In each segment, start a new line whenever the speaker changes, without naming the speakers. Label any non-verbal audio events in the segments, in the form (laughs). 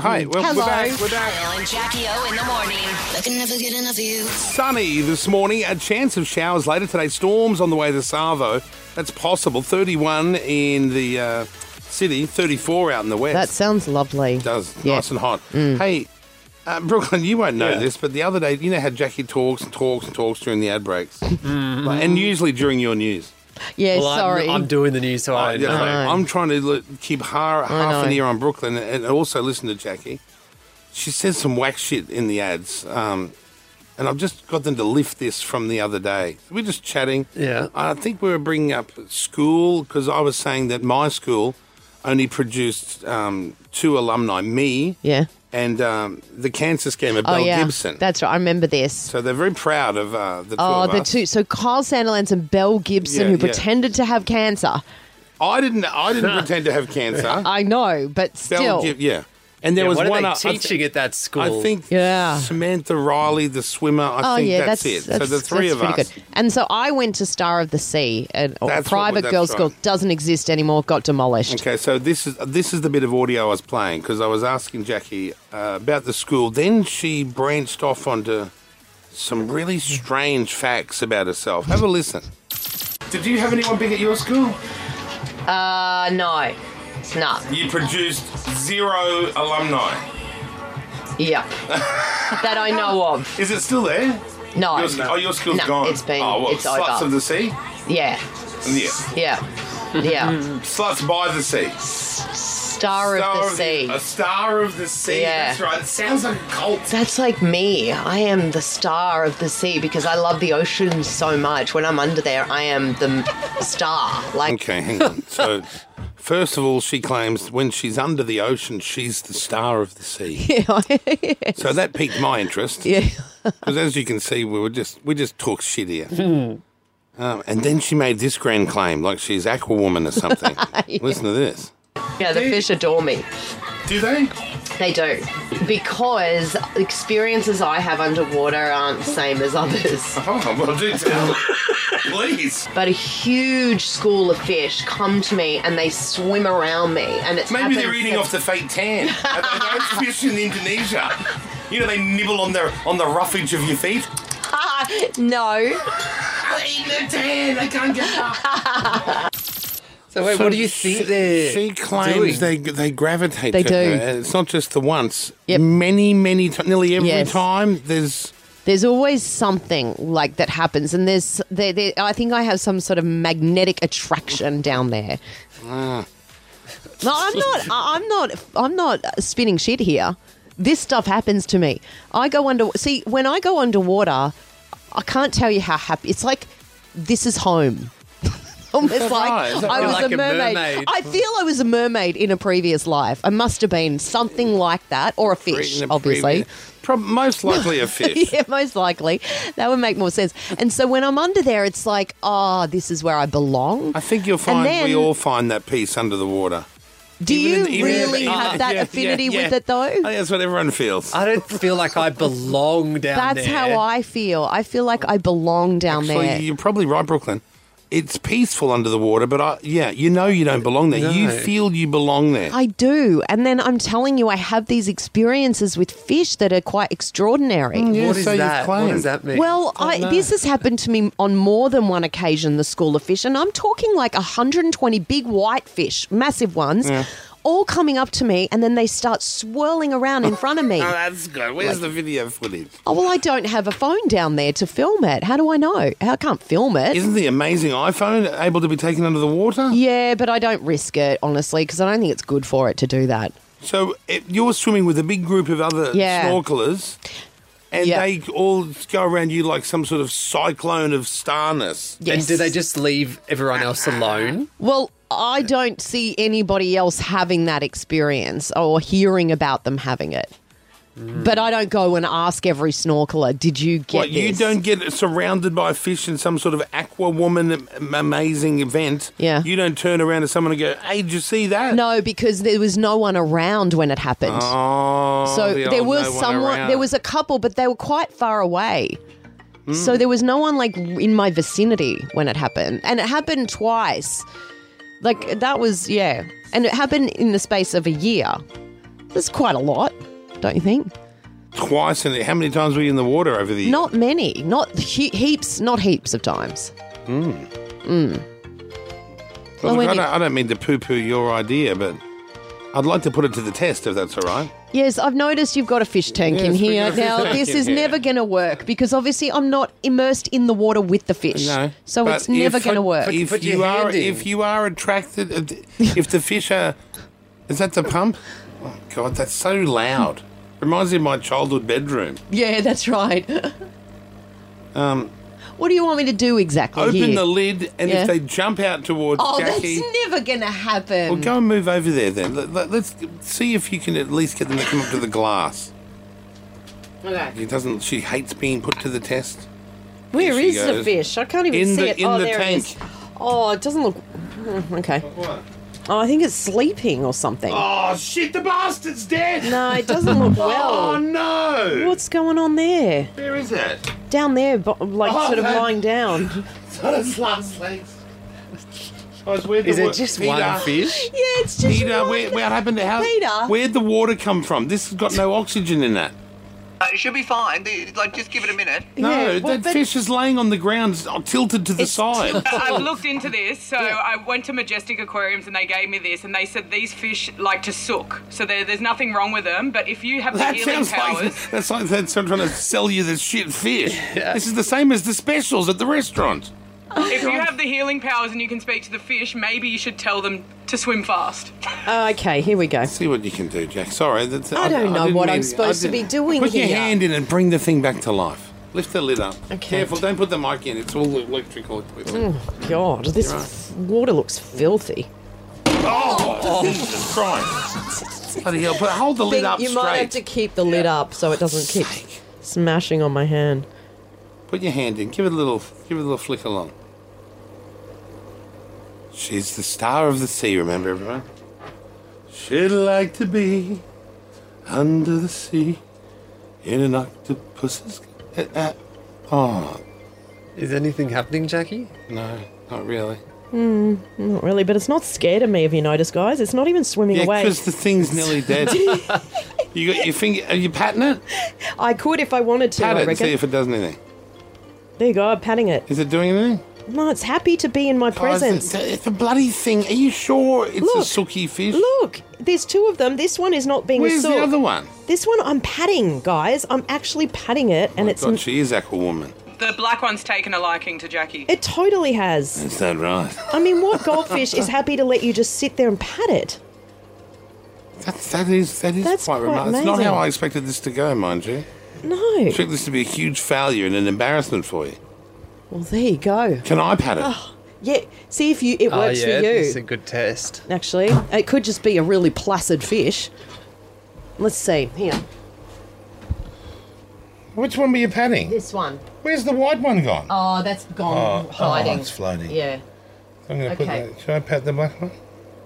Hi, well,
Hmm.
we're
Hello.
back. We're back.
Kyle and Jackie O in the morning. I can never get enough of you.
Sunny this morning. A chance of showers later today. Storms on the way to Savo. That's possible. 31 in the uh, city, 34 out in the west.
That sounds lovely.
does
Yeah. Hmm.
nice and hot. Hey, uh, Brooklyn, you won't know
Yeah.
this, but the other day, you know how Jackie talks and talks and talks during the ad breaks, Like, and usually during your news.
Yeah,
Well, I'm-
sorry.
I'm, doing the Uh-huh. news, so I
Yeah,
know.
know.
I'm trying to li- keep har- half an
know.
ear on Brooklyn and also listen to Jackie. She says some whack shit in the ads, um, and I've just got them to lift this from the other day. We We're just chatting.
Yeah.
I think we were bringing up school because I was saying that my school only produced um, two alumni, me
yeah.
and um, the cancer scammer,
Oh
Belle
yeah.
Gibson.
That's right. I remember this.
so they're very proud of uh, the two
Oh,
of
the
us.
two. So Kyle Sandilands and Belle Gibson,
Yeah,
who
yeah.
pretended to have cancer.
I didn't. I didn't
(laughs)
pretend to have cancer.
I know,
Belle
but (laughs) still.
Gib- yeah. And there
Yeah,
was
what
one uh,
are
I- I
they
th-
teaching at that school?
I think
Yeah.
Samantha Riley, the swimmer. I
Oh
think
yeah,
that's,
that's,
it.
That's,
so the three
that's
of
pretty
us.
Good. And so I went to Star of the Sea, and a
That's what-
private
that's
girls' school
right.
doesn't exist anymore. Got demolished.
Okay, so this is this is the bit of audio I was playing because I was asking Jackie uh, about the school. Then she branched off onto some really strange facts about herself. Have a listen. Did you have anyone big at your school?
Uh, no, no,
You produced zero alumni. (laughs)
yeah, that I know of.
Is it still there?
No,
Your, Oh, your school's
No,
gone.
it's been-
Oh, well,
it's
sluts
over.
of the sea.
Yeah,
Yeah, (laughs)
yeah, yeah.
sluts by the sea.
Star of the Sea.
A star of the sea.
Yeah.
That's right. It sounds like a cult.
That's like me. I am the star of the sea because I love the ocean so much. When I'm under there, I am the star. Like,
Okay, hang
(laughs)
on. So, first of all, she claims when she's under the ocean, she's the star of the
(laughs)
sea. So that piqued my interest
yeah.
because, as you can see, we were just we just talk shit
(laughs)
here.
Hmm.
Um, and then she made this grand claim, like she's Aquawoman or
(laughs)
something. Listen to this.
yeah, the fish adore me.
Do they?
They do. Because experiences I have underwater aren't the same as others.
Oh, well, do
(laughs)
tell. Please.
But a huge school of fish come to me and they swim around me. And it's
Maybe they're
happened
eating
sev-
off the fake tan. Are they those fish in Indonesia? You know, they nibble on the on the roughage of your feet.
(laughs) Ah, no.
They're eating the tan. They can't get up.
So wait,
So
what do you
she-
think they're
She claims
doing?
they they gravitate.
They
to
do.
her. And It's not just the once.
Yep.
Many, many, t- nearly every
Yes.
time. There's
There's always something like that happens, and there's there, there, I think I have some sort of magnetic attraction down there.
ah,
No, I'm not. I- I'm not. I'm not spinning shit here. This stuff happens to me. I go under. See, when I go underwater, I can't tell you how happy. It's like this is home. (laughs) Almost
that
like
right? Is that
I
right?
was
Like
a,
a
mermaid.
mermaid.
I feel I was a mermaid in a previous life. I must have been something like that, or a fish,
written a
obviously.
previous- prob- most likely a
(laughs)
(laughs)
fish.
yeah, most likely. That would make more sense. And so when I'm under there, it's like, oh, this is where I belong.
I think you'll find
then-
we all find that piece under the water.
Do you
Even- even if-
really
even
have
if-
that
Ah, yeah,
affinity
yeah, yeah.
with it,
I think
though?
that's what everyone feels.
I don't feel like I belong down
That's
there.
how I feel. I feel like I belong down
Actually,
there.
you're probably right, Brooklyn. It's peaceful under the water, but I, yeah, you know you don't belong there. You
No.
feel you belong there.
I do. And then I'm telling you, I have these experiences with fish that are quite extraordinary.
Yeah,
What is
so you've
that? What
claimed.
does that mean? Oh,
Well, I, this has happened to me on more than one occasion, the school of fish, and I'm talking like 120 big white fish, massive ones, all coming up to me, and then they start swirling around in front of me.
Oh, that's good. Where's the video footage?
oh, well, I don't have a phone down there to film it. How do I know? I can't film it.
Isn't the amazing iPhone able to be taken under the water?
yeah, but I don't risk it, honestly, because I don't think it's good for it to do that.
So it, you're swimming with a big group of other
Yeah.
snorkelers, and
Yeah.
they all go around you like some sort of cyclone of starness.
Yes.
And do they just leave everyone else alone?
Well, I don't see anybody else having that experience or hearing about them having it. But I don't go and ask every snorkeler, did you get
What you
this?"
don't get surrounded by fish in some sort of aqua woman am- amazing event.
Yeah.
you don't turn around to someone and go, "Hey, did you see that?"
No, because there was no one around when it happened.
Oh,
so
the
there
old
was
no one
someone
around.
there was a couple, but they were quite far away. So there was no one like in my vicinity when it happened. And it happened twice. Like that was yeah. And it happened in the space of a year. That's quite a lot, don't you think?
Twice and how many times were you in the water over the year?
Not many, not he- heaps, not heaps of times.
Well,
Oh,
look, I,
Wendy.
don't, I don't mean to poo poo your idea, but I'd like to put it to the test if that's all right.
Yes, I've noticed you've got a fish tank in
Yes, we
here.
got a fish
Now,
tank
this
in
is
here.
never going to work because obviously I'm not immersed in the water with the fish.
No.
So
but
it's never
if-
going to work.
If
Put your
you are
hand in.
if you are attracted uh, if the fish are is that the pump? Oh god, that's so loud. Reminds me of my childhood bedroom.
(laughs) yeah,
(laughs)
that's right. what do you want me to do exactly?
Um, Open
here?
the lid and
Yeah.
if they jump out towards
Oh,
Jackie
that's never going to happen.
Well, go and move over there then. Let, let, us see if you can at least get them to come up to the glass. He
Okay.
doesn't. She hates being put to the test.
Where
Here she
is the
goes.
fish? I can't even
In
see
the-
it.
in
oh,
the
there it is.
tank.
Oh, it doesn't look. Mm, Okay. Oh, I think it's sleeping or something.
Oh shit! The bastard's dead.
No, it doesn't look
(laughs) Oh
well.
no!
What's going on there?
Where is it?
Down there, bo- like
Oh,
sort of
that-
lying down.
It's on its last legs. I was where the
Is
wa-
it just
Peter,
one fish?
(laughs) Yeah, it's just.
Peter, where, what happened to how?
Peter?
Where'd the water come from? This has got no oxygen in it.
Uh, it should be fine. The- Like, just give it a minute.
No,
Yeah, well,
that
but-
fish is laying on the ground, uh, tilted to the side.
I've looked into this, so I went to Majestic Aquariums and they gave me this, and they said these fish like to sook, so there, there's nothing wrong with them. But if you have
(laughs) That
the healing
sounds like (laughs)
powers,
that's like they're trying to sell you this shit
(laughs)
fish. This is the same as the specials at the restaurant. Oh,
if you have the healing powers and you can speak to the fish, maybe you should tell them to swim fast.
Oh, okay, here we go.
See what you can do, Jack. Sorry, that's,
I don't know
didn't
what I'm supposed to
didn't-
be doing
Put your
here.
hand in and bring the thing back to life. Lift the lid up.
Okay. Mm.
Careful, don't put the mic in. It's all electrical equipment.
God, this f- water looks filthy.
Oh, Jesus Christ!
(laughs)
Bloody hell! But hold the lid
Think
up
you
straight.
might have to keep the lid up so it doesn't keep smashing on my hand.
Put your hand in. Give it a little. Give it a little flick along. She's the star of the sea. Remember, everyone. She'd like to be under the sea in an octopus's. Uh, uh, oh
Is anything happening, Jackie?
no, not really.
Not really, but it's not scared of me, if you notice, guys. It's not even swimming
Yeah,
away.
because the thing's
(laughs)
nearly dead. you got your finger. Are you patting it?
I could if I wanted to,
Pat
I
it and
reckon.
see if it does anything.
There you go, I'm patting it.
Is it doing anything?
No, it's happy to be in my
Oh, it's a-
presence.
it's a bloody thing. Are you sure it's a
Look.
sookie fish?
Look, there's two of them. This one is not being
Where's
a
the
sook.
other one?
This one I'm patting, guys. I'm actually patting it, and
Oh My
it's
God, she is Aquawoman.
The black one's taken a liking
(laughs)
to Jackie.
it totally has.
Is that right?
I mean, what goldfish is happy to let you just sit there and pat it?
That, that is that is
That's
quite,
quite
remarkable. It's not how
amazing.
I expected this to go, mind you.
No.
I expect this to be a huge failure and an embarrassment for you.
Well, there you go.
Can I pat it?
Oh. Yeah, see if you it works
oh, yeah,
for you.
It's a good test.
actually. It could just be a really placid fish. Let's see. Here.
Which one were you patting?
this one.
Where's the white one gone? oh,
Oh, that's gone hiding.
floating.
yeah,
I'm going
okay.
Should I pat the black one?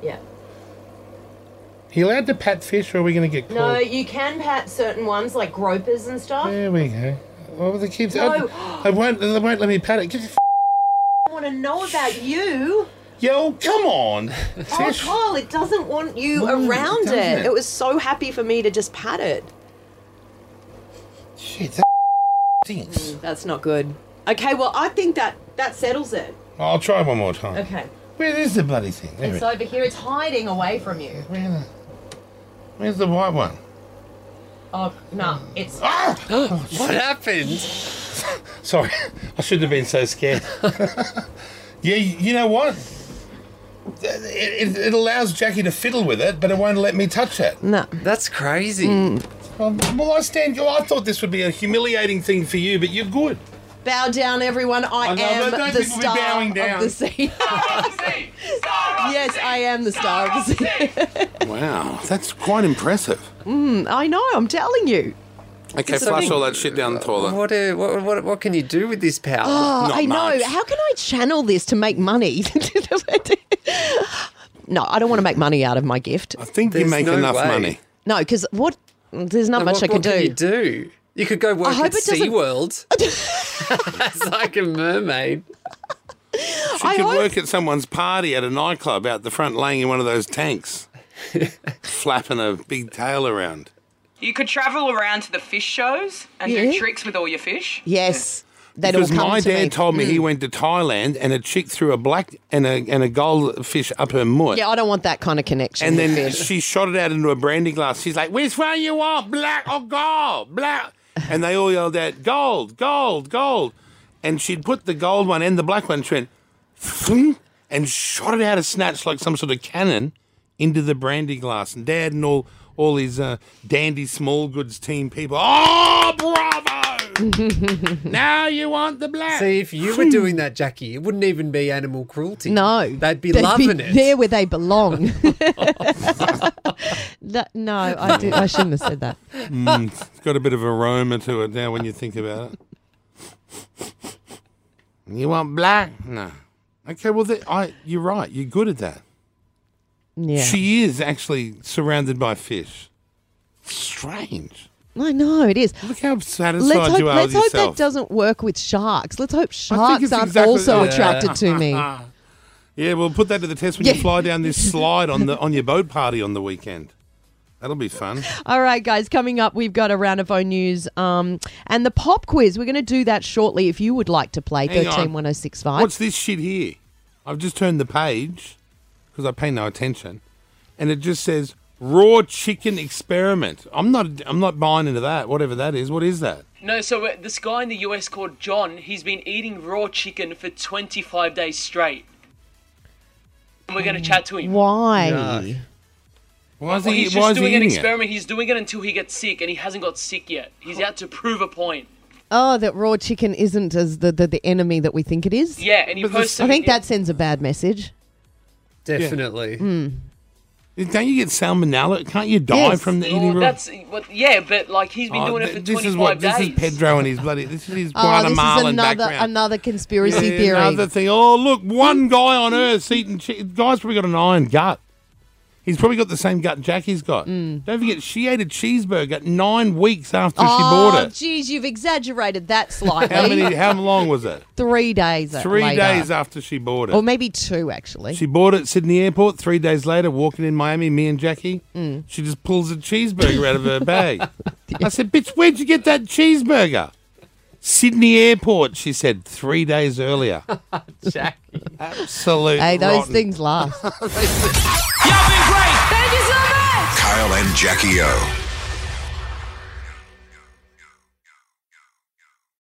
yeah.
Are you allowed to pat fish, or are we going to get
No, you can pat certain ones like gropers and stuff.
There we go. Well, they keep.
No.
I, I won't. They won't let me pat it. Get your f-
I want to know about you.
Yo, come on.
(laughs) Oh,
Fish.
Kyle, it doesn't want you
No, it
around it,
doesn't.
it. was so happy for me to just pat it.
Shit, that stinks.
That's not good. Okay, well, I think that that settles it.
I'll try one more time.
Okay.
Where is the bloody thing? There it
It's over here. It's hiding away from you.
Where the, where's the white one?
Oh, no. It's
Ah!
What happened?
Sorry, (laughs) I shouldn't have been so
(laughs)
scared. yeah, you know what? It, it, it allows Jackie to fiddle with it, but it won't let me touch it.
No.
That's crazy.
Mm.
Um, well, I stand. I thought this would be a humiliating thing for you, but you're good.
Bow down, everyone. I
I know,
am
but Oh, don't
the
people be
star
bowing
of
down.
the sea. (laughs) yes, I am the star of the sea.
Wow, that's quite impressive.
I know. I'm telling you.
Okay, flush all that shit down the toilet.
What, uh, what, what, what can you do with
(gasps)
this power? (laughs)
Not
I know.
much.
How can I channel this to make money? (laughs) no, I don't want to make money out of my gift.
I think you
There's
make
no
enough
way.
money.
No, because what? There's not
And
much
what,
I can
what
do.
you do? You could go work
hope
at
it doesn't- (laughs)
SeaWorld. It's like a mermaid.
She could work at someone's party at a nightclub out the front, laying in one of those tanks. flapping a big tail around.
You could travel around to the fish shows and do
Yeah.
tricks with all your fish.
Yes. They'd all
Because
come
my
to
dad
me.
told me he went to Thailand and a chick threw a black and a and a goldfish up her mutt.
Yeah, I don't want that kind of connection.
and
with (laughs)
then
fish.
she shot it out into a brandy glass. She's like, "Which one you want, black or gold? Black?" And they all yelled out, "Gold, gold, gold!" And she'd put the gold one and the black one. She went, "Thwing," and shot it out of snatch like some sort of cannon into the brandy glass. And Dad and all all his uh, dandy small goods team people, oh bravo! now you want the black.
See, if you were doing that, Jackie, it wouldn't even be animal cruelty.
No,
They'd be loving it.
There where
(laughs)
they belong. (laughs) no, no, I, did, I shouldn't have said that.
It's got a bit of aroma to it now when you think about it. You want black? No. Okay, well, th I, you're right. You're good at that.
Yeah,
She is actually surrounded by fish. Strange.
I know it is.
Look how satisfied
Let's hope,
you are
let's
with
hope that
yourself.
doesn't work with sharks. Let's hope sharks
it's
aren't
exactly-
also
Yeah.
attracted to
(laughs)
me.
yeah, we'll put that to the test when you
Yeah.
fly down this
(laughs)
slide on the on your boat party on the weekend. That'll be fun.
All right, guys, coming up, we've got a round of O news um, and the pop quiz. We're going to do that shortly if you would like to play
Hang on.
131065.
What's this shit here? I've just turned the page because I pay no attention, and it just says raw chicken experiment. I'm not. I'm not buying into that. Whatever that is. What is that?
No, so uh, this guy in the US called John, he's been eating raw chicken for 25 days straight. And we're going
Mm.
to chat to him.
Why?
Why is
Well,
he?
he's
why
just
is he
doing an
eating it?
experiment. He's doing it until he gets sick, and he hasn't got sick yet. He's out to prove a point.
Oh, that raw chicken isn't as the, the, the enemy that we think it is?
Yeah, and he
But the-
posted.
I think
it-
that sends a bad message.
Definitely.
Don't you get salmonella? Can't you die
Yes.
from the
Well,
eating raw?
that's what. Yeah, but like he's been
Oh,
doing it
th-
for
this
25
is what
days.
this is Pedro and his bloody this is his
Oh, this
Guatemalan
is another
background.
another conspiracy
Yeah,
theory.
Another thing. Oh look, one guy on earth's eating. Chi- guy's probably got an iron gut. He's probably got the same gut Jackie's got.
Mm.
Don't forget, she ate a cheeseburger nine weeks after she bought
oh,
it.
geez, you've
(laughs)
exaggerated that
How
slightly.
many? How long was it?
Three days.
Three
later. Oh,
days after she bought it.
or maybe two actually.
she bought it at Sydney Airport. Three days later, walking in Miami, me and Jackie,
Mm.
she just pulls a cheeseburger out of her bag.
(laughs)
I said, "Bitch, where'd you get that cheeseburger?" Sydney Airport, she said, three days
(laughs)
earlier.
Jackie.
Absolutely.
hey, those things last.
Kyle and Jackie O.